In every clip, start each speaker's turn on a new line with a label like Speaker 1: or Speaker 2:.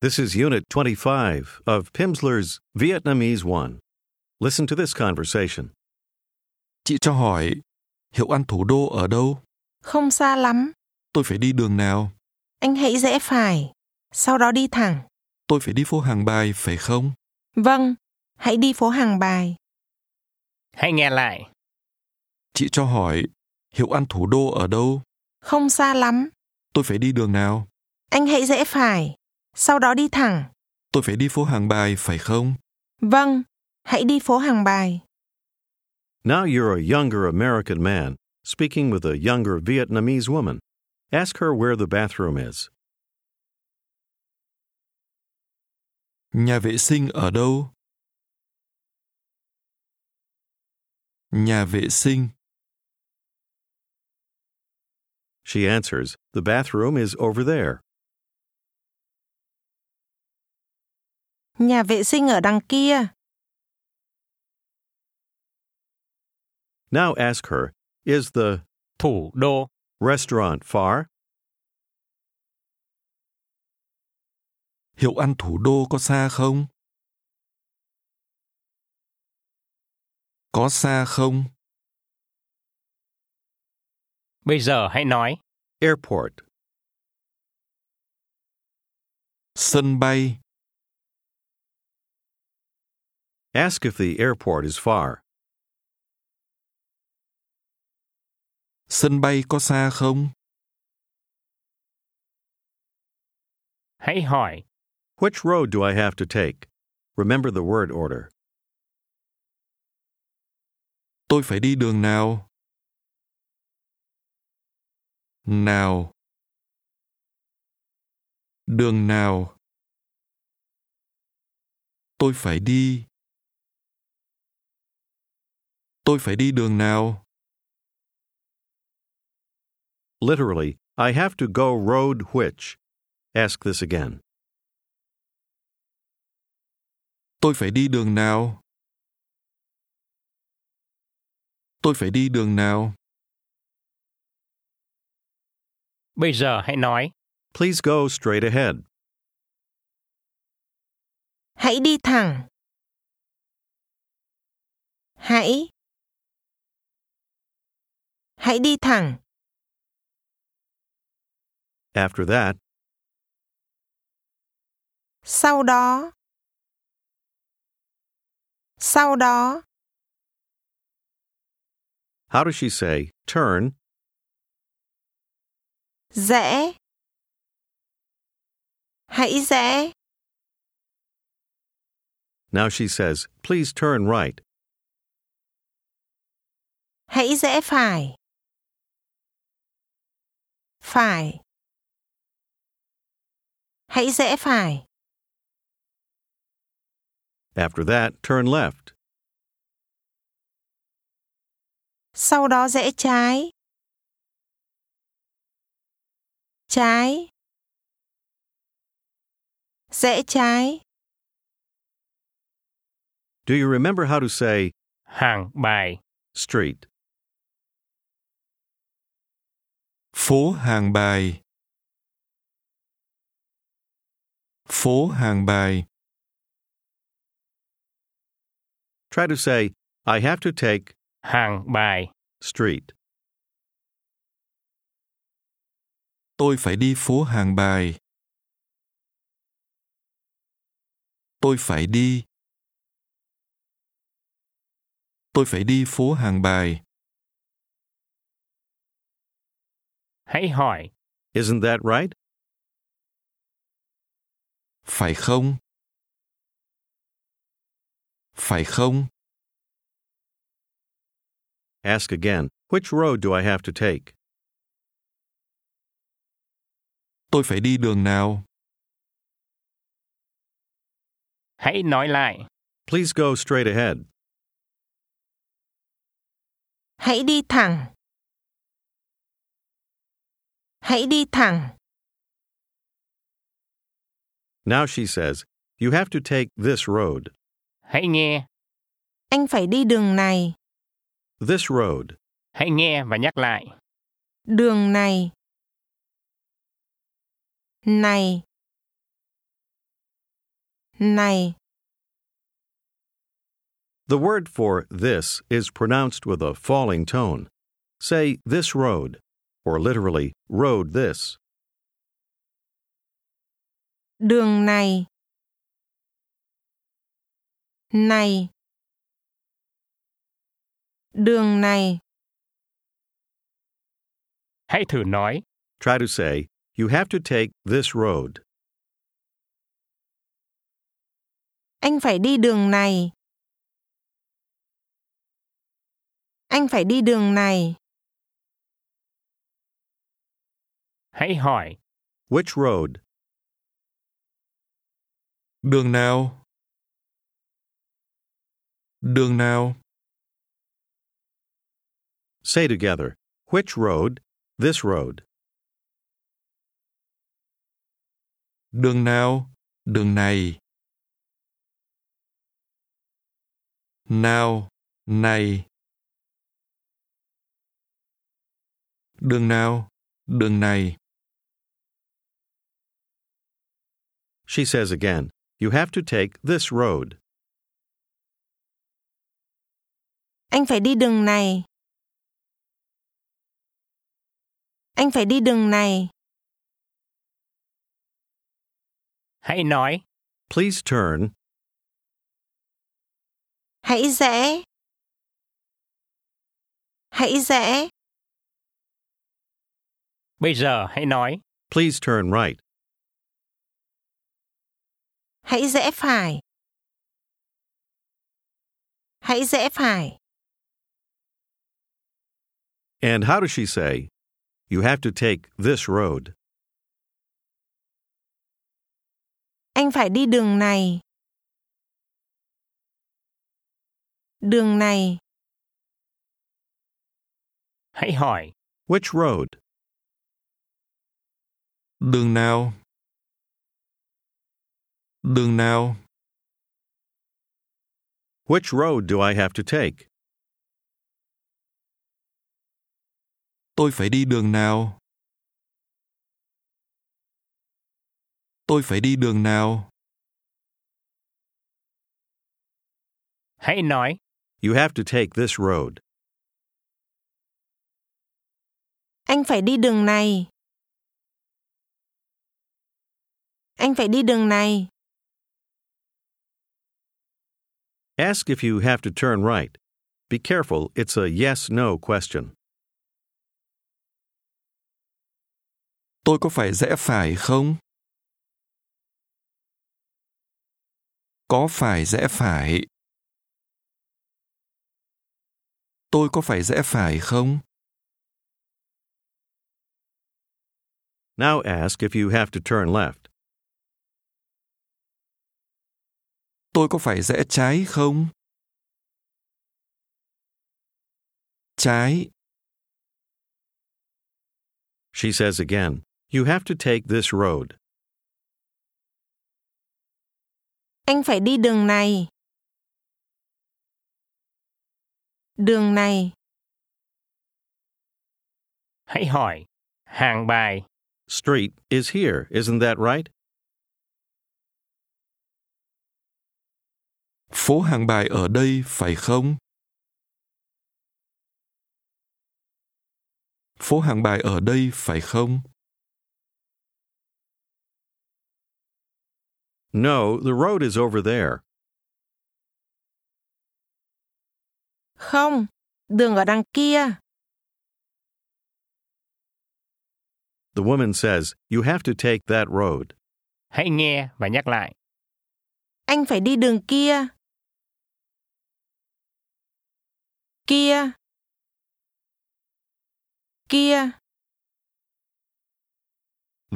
Speaker 1: This is Unit 25 of Pimsleur's Vietnamese 1. Listen to this conversation.
Speaker 2: Chị cho hỏi, hiệu ăn thủ đô ở đâu?
Speaker 3: Không xa lắm,
Speaker 2: Tôi phải đi đường nào?
Speaker 3: anh hãy rẽ phải, sau đó đi thẳng.
Speaker 2: Tôi phải đi phố hàng bài, phải không?
Speaker 3: Vâng, hãy đi phố hàng bài.
Speaker 4: Hãy nghe lại.
Speaker 2: Chị cho hỏi, hiệu ăn thủ đô ở đâu?
Speaker 3: Không xa lắm,
Speaker 2: Tôi phải đi đường nào?
Speaker 3: anh hãy rẽ phải, sau đó đi thẳng.
Speaker 2: Tôi phải đi phố hàng bài, phải không?
Speaker 3: Vâng, hãy đi phố hàng bài.
Speaker 1: Now you're a younger American man speaking with a younger Vietnamese woman. Ask her where the bathroom is.
Speaker 2: Nhà vệ sinh ở đâu? Nhà vệ sinh,
Speaker 1: She answers, The bathroom is over there.
Speaker 3: Nhà vệ sinh ở đằng kia,
Speaker 1: Now ask her, Is the
Speaker 4: Thủ đô.
Speaker 1: restaurant far?
Speaker 2: hiệu ăn thủ đô có xa không? Có xa không?
Speaker 4: Bây giờ hãy nói.
Speaker 1: Airport.
Speaker 2: Sân bay,
Speaker 1: Ask if the airport is far.
Speaker 2: sân bay có xa không?
Speaker 4: Hãy hỏi.
Speaker 1: Which road do I have to take? Remember the word order.
Speaker 2: tôi phải đi đường nào nào đường nào tôi phải đi tôi phải đi đường nào
Speaker 1: Literally, I have to go road which? Ask this again.
Speaker 2: tôi phải đi đường nào tôi phải đi đường nào
Speaker 4: Bây giờ hãy nói.
Speaker 1: Please go straight ahead.
Speaker 3: hãy đi thẳng. Hãy. Hãy đi thẳng,
Speaker 1: After that,
Speaker 3: sau đó. Sau đó.
Speaker 1: how does she say turn
Speaker 3: rẽ hãy rẽ
Speaker 1: Now she says, Please turn right.
Speaker 3: hãy rẽ phải phải hãy rẽ phải
Speaker 1: After that, turn left.
Speaker 3: sau đó rẽ trái trái rẽ trái
Speaker 1: Do you remember how to say
Speaker 4: Hàng bài.
Speaker 1: street?
Speaker 2: phố hàng bài phố hàng bài
Speaker 1: Try to say, I have to take
Speaker 4: Hàng bài.
Speaker 1: street.
Speaker 2: tôi phải đi phố hàng bài tôi phải đi tôi phải đi phố hàng bài
Speaker 4: Hãy hỏi.
Speaker 1: Isn't that right?
Speaker 2: phải không phải không
Speaker 1: Ask again, Which road do I have to take?
Speaker 2: tôi phải đi đường nào
Speaker 4: Hãy nói lại.
Speaker 1: Please go straight ahead.
Speaker 3: hãy đi thẳng hãy đi thẳng
Speaker 1: Now she says, You have to take this road.
Speaker 4: Hãy nghe.
Speaker 3: anh phải đi đường này
Speaker 1: This road.
Speaker 4: Hãy nghe và nhắc lại.
Speaker 3: đường này này này
Speaker 1: The word for this is pronounced with a falling tone. Say this road, or literally, road this.
Speaker 3: đường này này đường này
Speaker 4: Hãy thử nói,
Speaker 1: Try to say, you have to take this road.
Speaker 3: anh phải đi đường này anh phải đi đường này
Speaker 4: hãy hỏi,
Speaker 1: Which road?
Speaker 2: Đường nào? Đường nào?
Speaker 1: Say together, which road? This road.
Speaker 2: Đường nào? Đường này. Nào, này. Đường nào? Đường này.
Speaker 1: She says again, you have to take this road.
Speaker 3: anh phải đi đường này anh phải đi đường này
Speaker 4: hãy nói,
Speaker 1: Please turn.
Speaker 3: hãy rẽ hãy rẽ
Speaker 4: bây giờ hãy nói,
Speaker 1: Please turn right.
Speaker 3: hãy rẽ phải hãy rẽ phải
Speaker 1: And how does she say, you have to take this road?
Speaker 3: anh phải đi đường này đường này
Speaker 4: hãy hỏi,
Speaker 1: Which road?
Speaker 2: Đường nào? Đường nào?
Speaker 1: Which road do I have to take?
Speaker 2: Tôi phải đi đường nào? Tôi phải đi đường nào?
Speaker 4: hãy nói,
Speaker 1: You have to take this road.
Speaker 3: anh phải đi đường này anh phải đi đường này
Speaker 1: Ask if you have to turn right. Be careful, it's a yes no question.
Speaker 2: Tôi có phải rẽ phải không? Có phải rẽ phải? Tôi có phải rẽ phải không?
Speaker 1: Now ask if you have to turn left.
Speaker 2: Tôi có phải rẽ trái không? Trái,
Speaker 1: She says again, You have to take this road.
Speaker 3: anh phải đi đường này đường này
Speaker 4: hãy hỏi, hàng bài,
Speaker 1: Street is here, isn't that right?
Speaker 2: phố hàng bài ở đây phải không? Phố hàng bài ở đây phải không?
Speaker 1: No, the road is over there.
Speaker 3: không đường ở đằng kia
Speaker 1: The woman says, You have to take that road.
Speaker 4: hãy nghe và nhắc lại,
Speaker 3: anh phải đi đường kia kia kia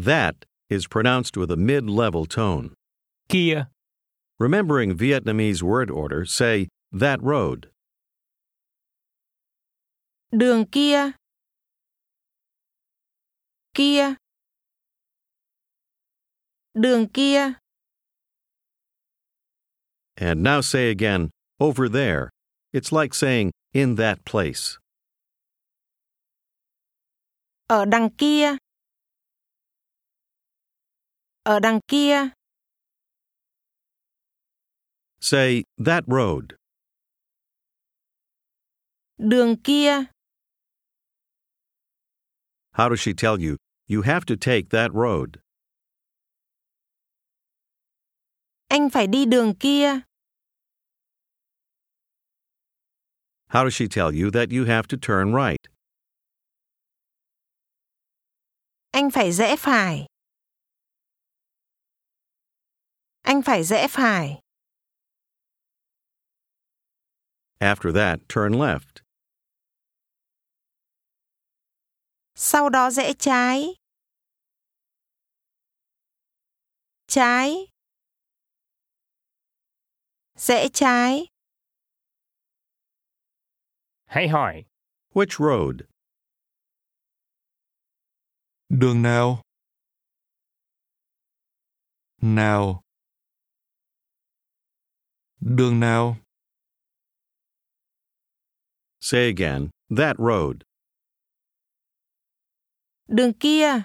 Speaker 1: That is pronounced with a mid level tone.
Speaker 4: kia,
Speaker 1: Remembering Vietnamese word order, say, That road.
Speaker 3: đường kia kia đường kia
Speaker 1: And now say again, Over there. It's like saying, In that place.
Speaker 3: ở đằng kia ở đằng kia
Speaker 1: Say that road,
Speaker 3: đường kia,
Speaker 1: How does she tell you, you have to take that road?
Speaker 3: anh phải đi đường kia,
Speaker 1: How does she tell you that you have to turn right?
Speaker 3: anh phải rẽ phải. Anh phải rẽ phải,
Speaker 1: After that, turn left.
Speaker 3: sau đó rẽ trái. Trái. Rẽ trái,
Speaker 4: Hãy hỏi
Speaker 1: Which road?
Speaker 2: Đường nào? Nào. Đường nào?
Speaker 1: Say again, that road.
Speaker 3: đường kia.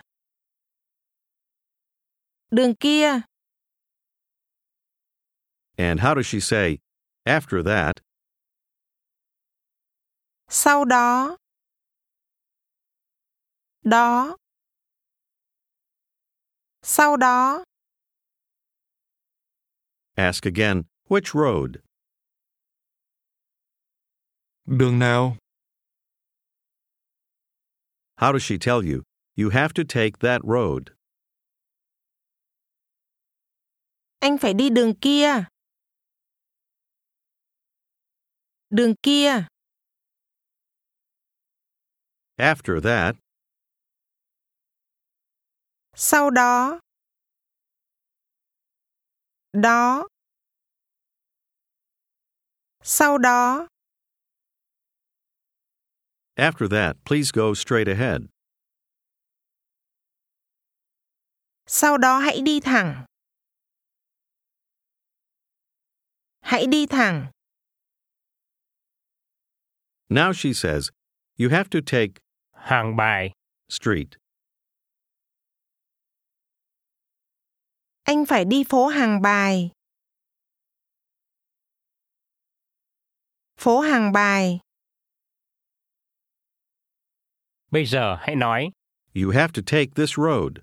Speaker 3: Đường kia,
Speaker 1: And how does she say, after that,
Speaker 3: sau đó. Đó. Sau đó,
Speaker 1: ask again, which road?
Speaker 2: Đường nào?
Speaker 1: How does she tell you, you have to take that road?
Speaker 3: anh phải đi đường kia. Đường kia,
Speaker 1: After that,
Speaker 3: sau đó. Đó. Sau đó,
Speaker 1: after that, please go straight ahead.
Speaker 3: sau đó hãy đi thẳng. Hãy đi thẳng,
Speaker 1: Now she says, you have to take
Speaker 4: hàng bài,
Speaker 1: street.
Speaker 3: anh phải đi phố hàng bài. Phố hàng bài,
Speaker 4: bây giờ hãy nói
Speaker 1: You have to take this road.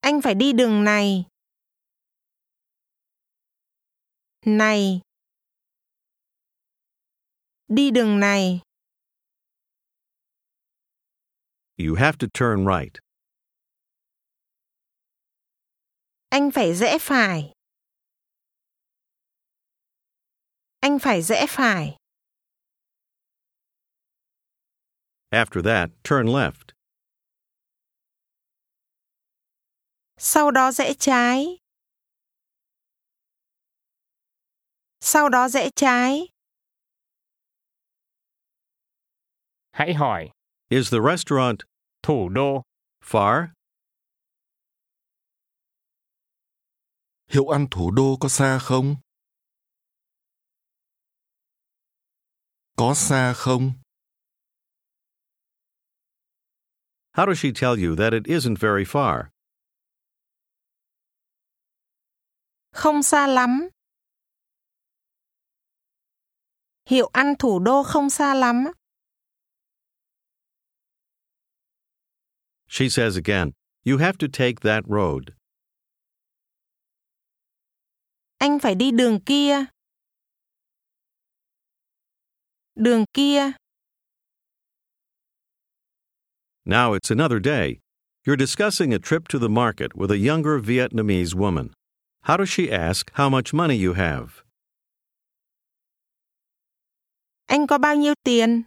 Speaker 3: anh phải đi đường này. Này. Đi đường này,
Speaker 1: You have to turn right.
Speaker 3: anh phải rẽ phải. Anh phải rẽ phải,
Speaker 1: After that, turn left.
Speaker 3: sau đó rẽ trái. Sau đó rẽ trái,
Speaker 4: hãy hỏi
Speaker 1: Is the restaurant
Speaker 4: thủ đô
Speaker 1: far?
Speaker 2: Hiệu ăn thủ đô có xa không? Có xa không?
Speaker 1: How does she tell you that it isn't very far?
Speaker 3: không xa lắm. Hiệu ăn thủ đô không xa lắm.
Speaker 1: She says again, You have to take that road.
Speaker 3: anh phải đi đường kia. Đường kia,
Speaker 1: Now it's another day. You're discussing a trip to the market with a younger Vietnamese woman. How does she ask how much money you have?
Speaker 3: anh có bao nhiêu tiền?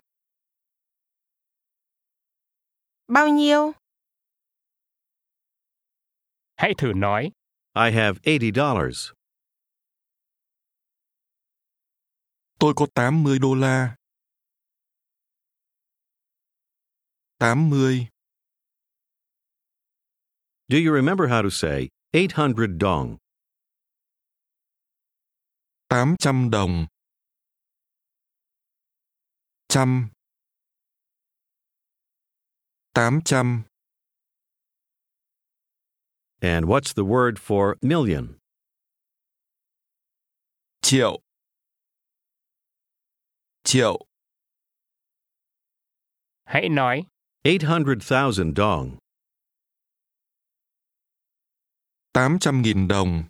Speaker 3: Bao nhiêu?
Speaker 4: hãy thử nói
Speaker 1: I have $80.
Speaker 2: Tôi có 80 đô la. 80,
Speaker 1: Do you remember how to say 800 dong?
Speaker 2: 800 đồng. Trăm. 800.
Speaker 1: And what's the word for million?
Speaker 2: triệu triệu
Speaker 4: Hãy nói
Speaker 1: 800,000 dong.
Speaker 2: 800.000 đồng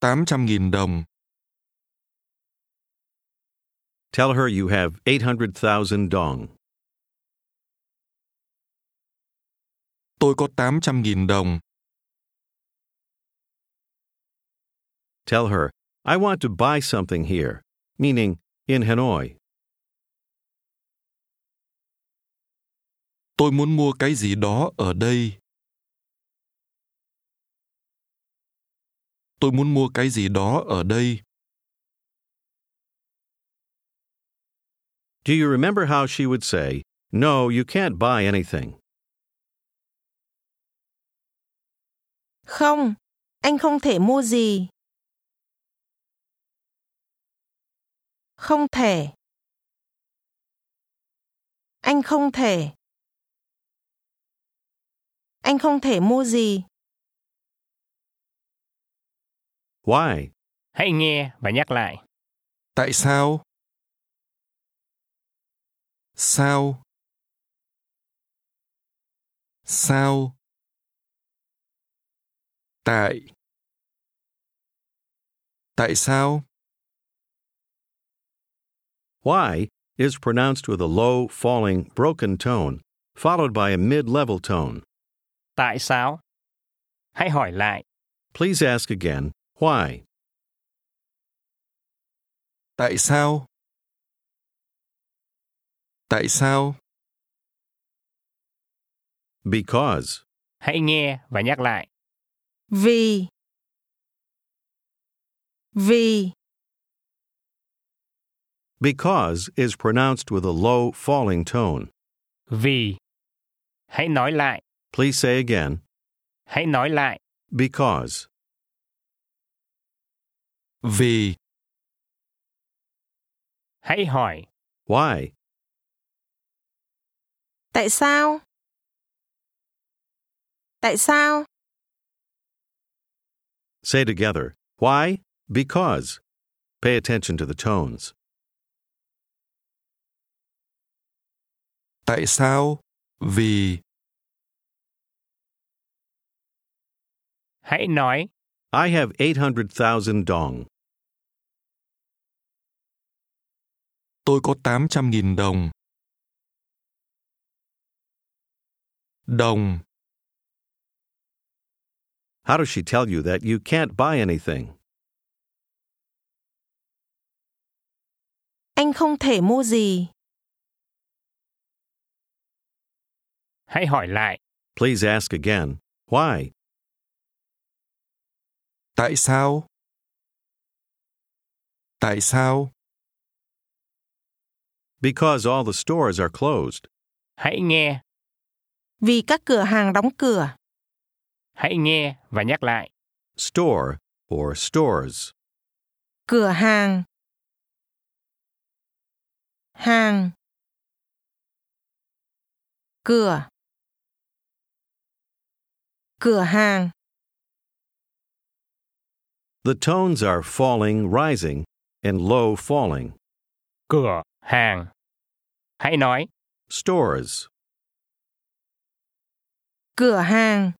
Speaker 2: 800.000 đồng
Speaker 1: Tell her you have 800,000 dong.
Speaker 2: tôi có 800.000 đồng
Speaker 1: Tell her, I want to buy something here, meaning in Hanoi.
Speaker 2: tôi muốn mua cái gì đó ở đây tôi muốn mua cái gì đó ở đây
Speaker 1: Do you remember how she would say, No, you can't buy anything?
Speaker 3: Không, anh không thể mua gì. Không thể. Anh không thể. Anh không thể mua gì.
Speaker 1: Why?
Speaker 4: Hãy nghe và nhắc lại
Speaker 2: tại sao sao sao tại tại sao
Speaker 1: Why is pronounced with a low, falling, broken tone, followed by a mid level tone.
Speaker 4: Tại sao? Hãy hỏi lại
Speaker 1: Please ask again, Why?
Speaker 2: tại sao tại sao
Speaker 1: Because.
Speaker 4: Hãy nghe và nhắc lại
Speaker 3: Vì. Vì.
Speaker 1: Because is pronounced with a low, falling tone.
Speaker 4: Vì Hãy nói lại
Speaker 1: Please say again,
Speaker 4: Hãy nói lại
Speaker 1: Because.
Speaker 2: vì
Speaker 4: Hãy hỏi
Speaker 1: Why?
Speaker 3: Tại sao? Tại sao?
Speaker 1: Say together, Why? Because. Pay attention to the tones.
Speaker 2: tại sao vì
Speaker 4: Hãy nói
Speaker 1: I have 800,000 dong.
Speaker 2: tôi có 800.000 đồng đồng
Speaker 1: How does she tell you that you can't buy anything?
Speaker 3: Anh không thể mua gì.
Speaker 4: Hãy hỏi lại
Speaker 1: Please ask again, Why?
Speaker 2: tại sao tại sao
Speaker 1: Because all the stores are closed.
Speaker 4: Hãy nghe
Speaker 3: Vì các cửa hàng đóng cửa.
Speaker 4: Hãy nghe và nhắc lại
Speaker 1: Store or stores.
Speaker 3: cửa hàng hàng cửa cửa hàng
Speaker 1: The tones are falling, rising, and low falling.
Speaker 4: Cửa hàng Hãy nói
Speaker 1: Stores.
Speaker 3: cửa hàng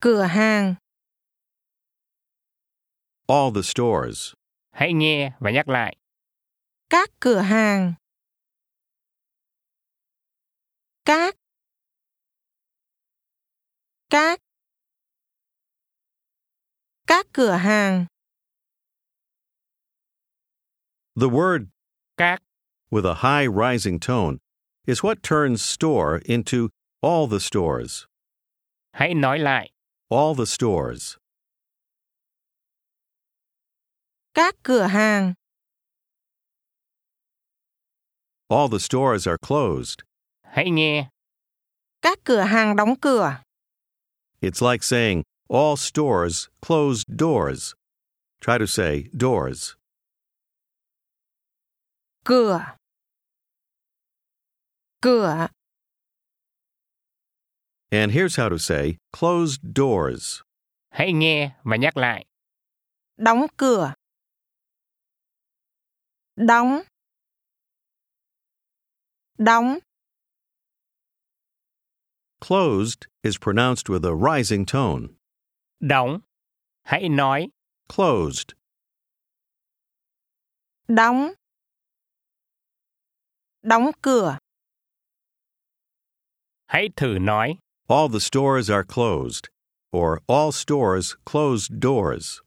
Speaker 3: cửa hàng
Speaker 1: All the stores.
Speaker 4: Hãy nghe và nhắc lại
Speaker 3: các cửa hàng các các các cửa hàng
Speaker 1: The word
Speaker 4: Các
Speaker 1: with a high rising tone is what turns store into all the stores.
Speaker 4: Hãy nói lại
Speaker 1: All the stores.
Speaker 3: các cửa hàng
Speaker 1: All the stores are closed.
Speaker 4: Hãy nghe
Speaker 3: các cửa hàng đóng cửa
Speaker 1: It's like saying all stores closed doors. Try to say doors.
Speaker 3: cửa cửa
Speaker 1: And here's how to say closed doors.
Speaker 4: Hãy nghe và nhắc lại.
Speaker 3: Đóng cửa. Đóng. Đóng.
Speaker 1: Closed is pronounced with a rising tone.
Speaker 4: Đóng. Hãy nói.
Speaker 1: Closed.
Speaker 3: Đóng. Đóng cửa.
Speaker 4: Hãy thử nói.
Speaker 1: All the stores are closed. Or all stores closed doors.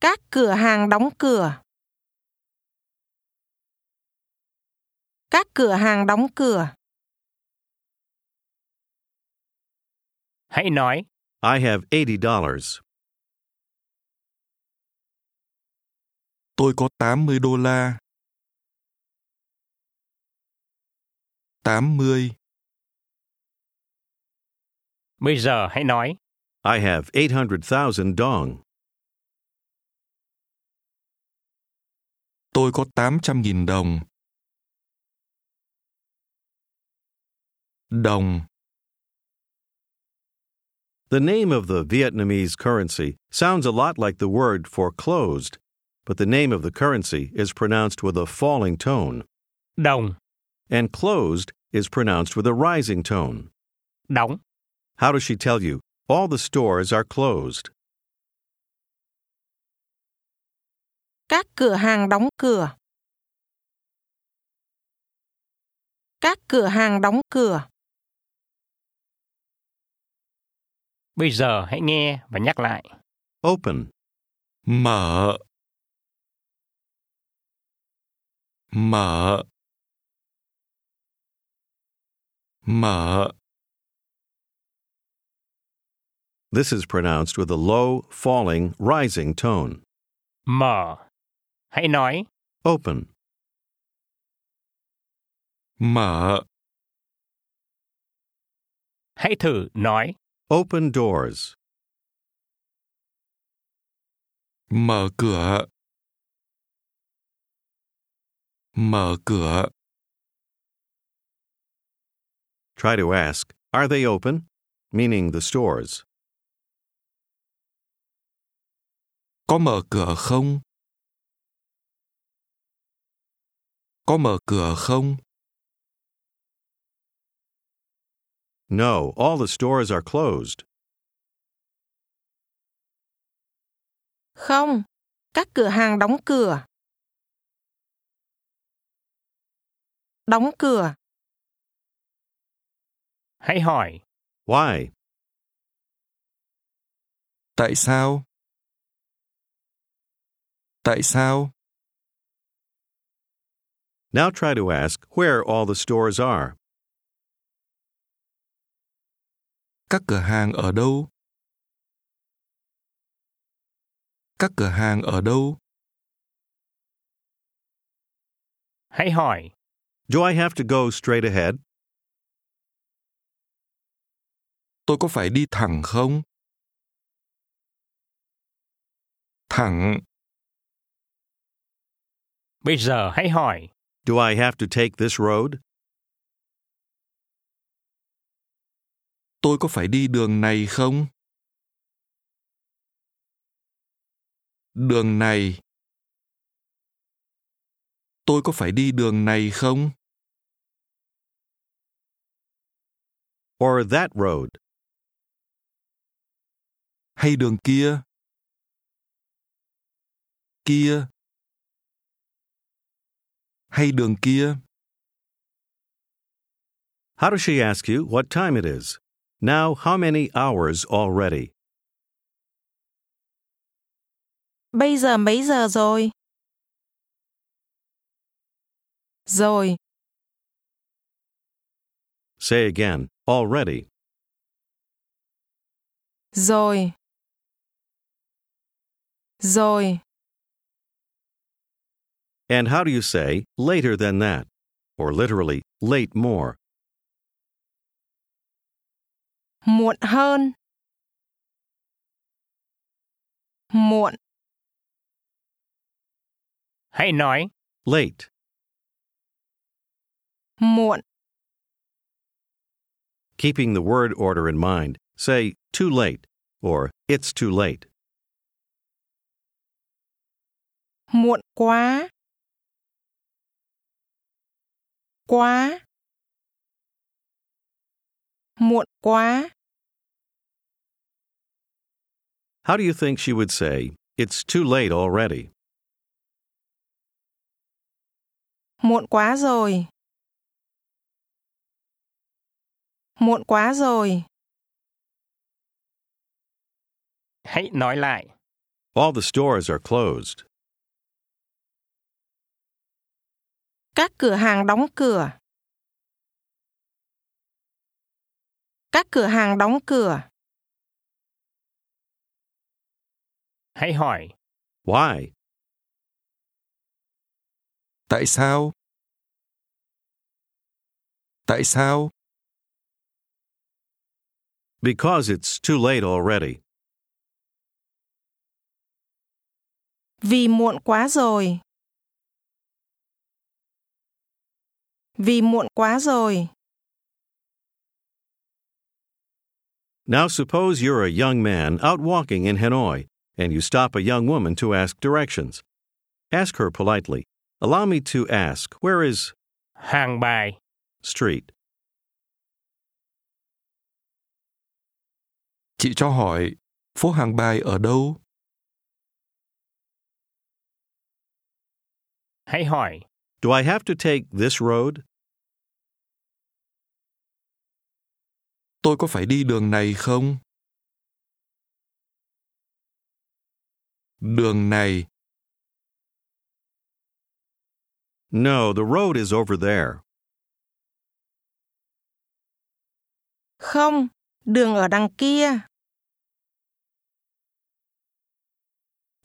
Speaker 3: Các cửa hàng đóng cửa. Các cửa hàng đóng cửa.
Speaker 4: Hãy nói.
Speaker 1: I have $80.
Speaker 2: Tôi có 80 đô la. 80,
Speaker 4: Bây giờ hãy nói.
Speaker 1: I have 800,000 dong.
Speaker 2: tôi có 800.000 đồng. Đồng,
Speaker 1: The name of the Vietnamese currency sounds a lot like the word for closed, but the name of the currency is pronounced with a falling tone,
Speaker 4: Đồng.
Speaker 1: and closed is pronounced with a rising tone.
Speaker 4: Đóng.
Speaker 1: How does she tell you? All the stores are closed.
Speaker 3: Các cửa hàng đóng cửa. Các cửa hàng đóng cửa.
Speaker 4: Bây giờ hãy nghe và nhắc lại.
Speaker 1: Open.
Speaker 2: mở. Mở. Mở,
Speaker 1: This is pronounced with a low, falling, rising tone.
Speaker 4: Mở. Hãy nói.
Speaker 1: Open.
Speaker 2: mở,
Speaker 4: Hãy thử nói.
Speaker 1: Open doors.
Speaker 2: mở cửa. Mở cửa,
Speaker 1: Try to ask, are they open? Meaning the stores.
Speaker 2: có mở cửa không? Có mở cửa không?
Speaker 1: No, all the stores are closed.
Speaker 3: Không, các cửa hàng đóng cửa. Đóng cửa,
Speaker 4: Hãy hỏi.
Speaker 1: Why?
Speaker 2: Tại sao? Tại sao?
Speaker 1: Now try to ask where all the stores are.
Speaker 2: Các cửa hàng ở đâu? Các cửa hàng ở đâu?
Speaker 4: Hãy hỏi.
Speaker 1: Do I have to go straight ahead?
Speaker 2: Tôi có phải đi thẳng không? Thẳng,
Speaker 4: Bây giờ hãy hỏi.
Speaker 1: Do I have to take this road?
Speaker 2: tôi có phải đi đường này không? Đường này. Tôi có phải đi đường này không?
Speaker 1: Or that road?
Speaker 2: Hay đường kia? Kia. Hay đường kia?
Speaker 1: How does she ask you what time it is? Now, how many hours already?
Speaker 3: bây giờ mấy giờ rồi? Rồi,
Speaker 1: Say again, already.
Speaker 3: rồi. Rồi,
Speaker 1: And how do you say later than that? Or literally, late more.
Speaker 3: muộn hơn. Muộn,
Speaker 4: Hãy nói.
Speaker 1: Late.
Speaker 3: muộn.
Speaker 1: Keeping the word order in mind, say too late or it's too late.
Speaker 3: muộn quá quá muộn quá
Speaker 1: How do you think she would say it's too late already?
Speaker 3: muộn quá rồi muộn quá rồi
Speaker 4: Hãy nói lại.
Speaker 1: All the stores are closed.
Speaker 3: các cửa hàng đóng cửa các cửa hàng đóng cửa
Speaker 4: Hãy hỏi.
Speaker 1: Why?
Speaker 2: Tại sao? Tại sao?
Speaker 1: Because it's too late already.
Speaker 3: vì muộn quá rồi vì muộn quá rồi
Speaker 1: Now suppose you're a young man out walking in Hanoi and you stop a young woman to ask directions. Ask her politely, "Allow me to ask, where is
Speaker 4: Hàng bài.
Speaker 1: street?"
Speaker 2: Chị cho hỏi, phố hàng bài ở đâu?
Speaker 4: Hãy hỏi.
Speaker 1: Do I have to take this road?
Speaker 2: Tôi có phải đi đường này không? Đường này,
Speaker 1: No, the road is over there.
Speaker 3: không đường ở đằng kia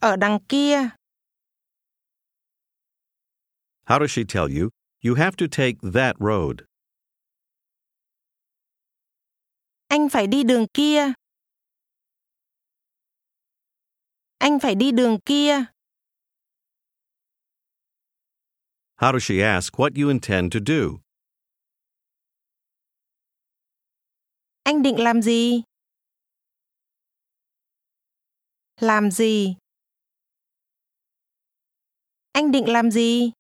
Speaker 3: ở đằng kia
Speaker 1: How does she tell you? You have to take that road.
Speaker 3: anh phải đi đường kia anh phải đi đường kia
Speaker 1: How does she ask what you intend to do?
Speaker 3: anh định làm gì làm gì anh định làm gì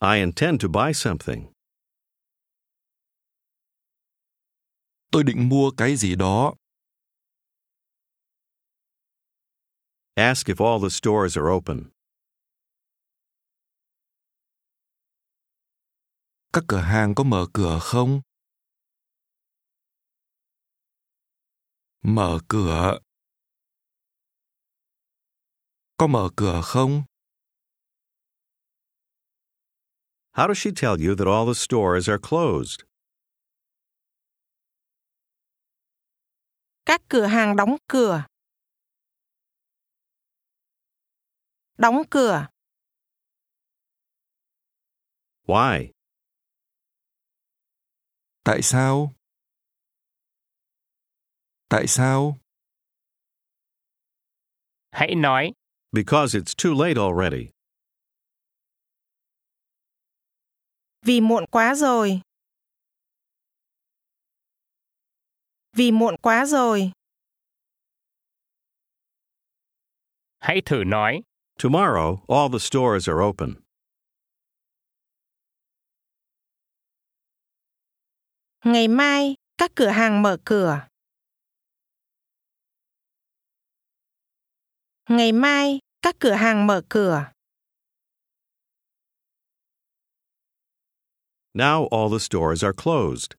Speaker 1: I intend to buy something.
Speaker 2: tôi định mua cái gì đó.
Speaker 1: Ask if all the stores are open.
Speaker 2: Các cửa hàng có mở cửa không? Mở cửa. Có mở cửa không?
Speaker 1: How does she tell you that all the stores are closed?
Speaker 3: các cửa hàng đóng cửa đóng cửa
Speaker 1: Why?
Speaker 2: Tại sao? Tại sao?
Speaker 4: Hãy nói.
Speaker 1: Because it's too late already.
Speaker 3: vì muộn quá rồi vì muộn quá rồi
Speaker 4: Hãy thử nói.
Speaker 1: Tomorrow, all the stores are open.
Speaker 3: ngày mai các cửa hàng mở cửa ngày mai các cửa hàng mở cửa
Speaker 1: Now all the stores are closed.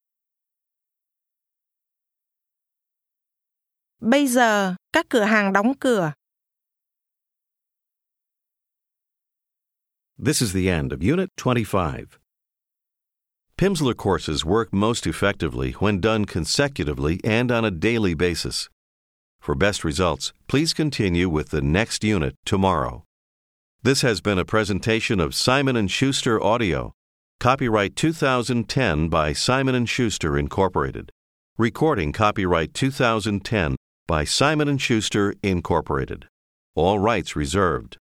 Speaker 3: bây giờ các cửa hàng đóng cửa
Speaker 1: This is the end of Unit 25. PIMSLER courses work most effectively when done consecutively and on a daily basis. For best results, please continue with the next unit tomorrow. This has been a presentation of Simon & Schuster Audio. Copyright 2010 by Simon & Schuster Incorporated. Recording copyright 2010 by Simon & Schuster Incorporated. All rights reserved.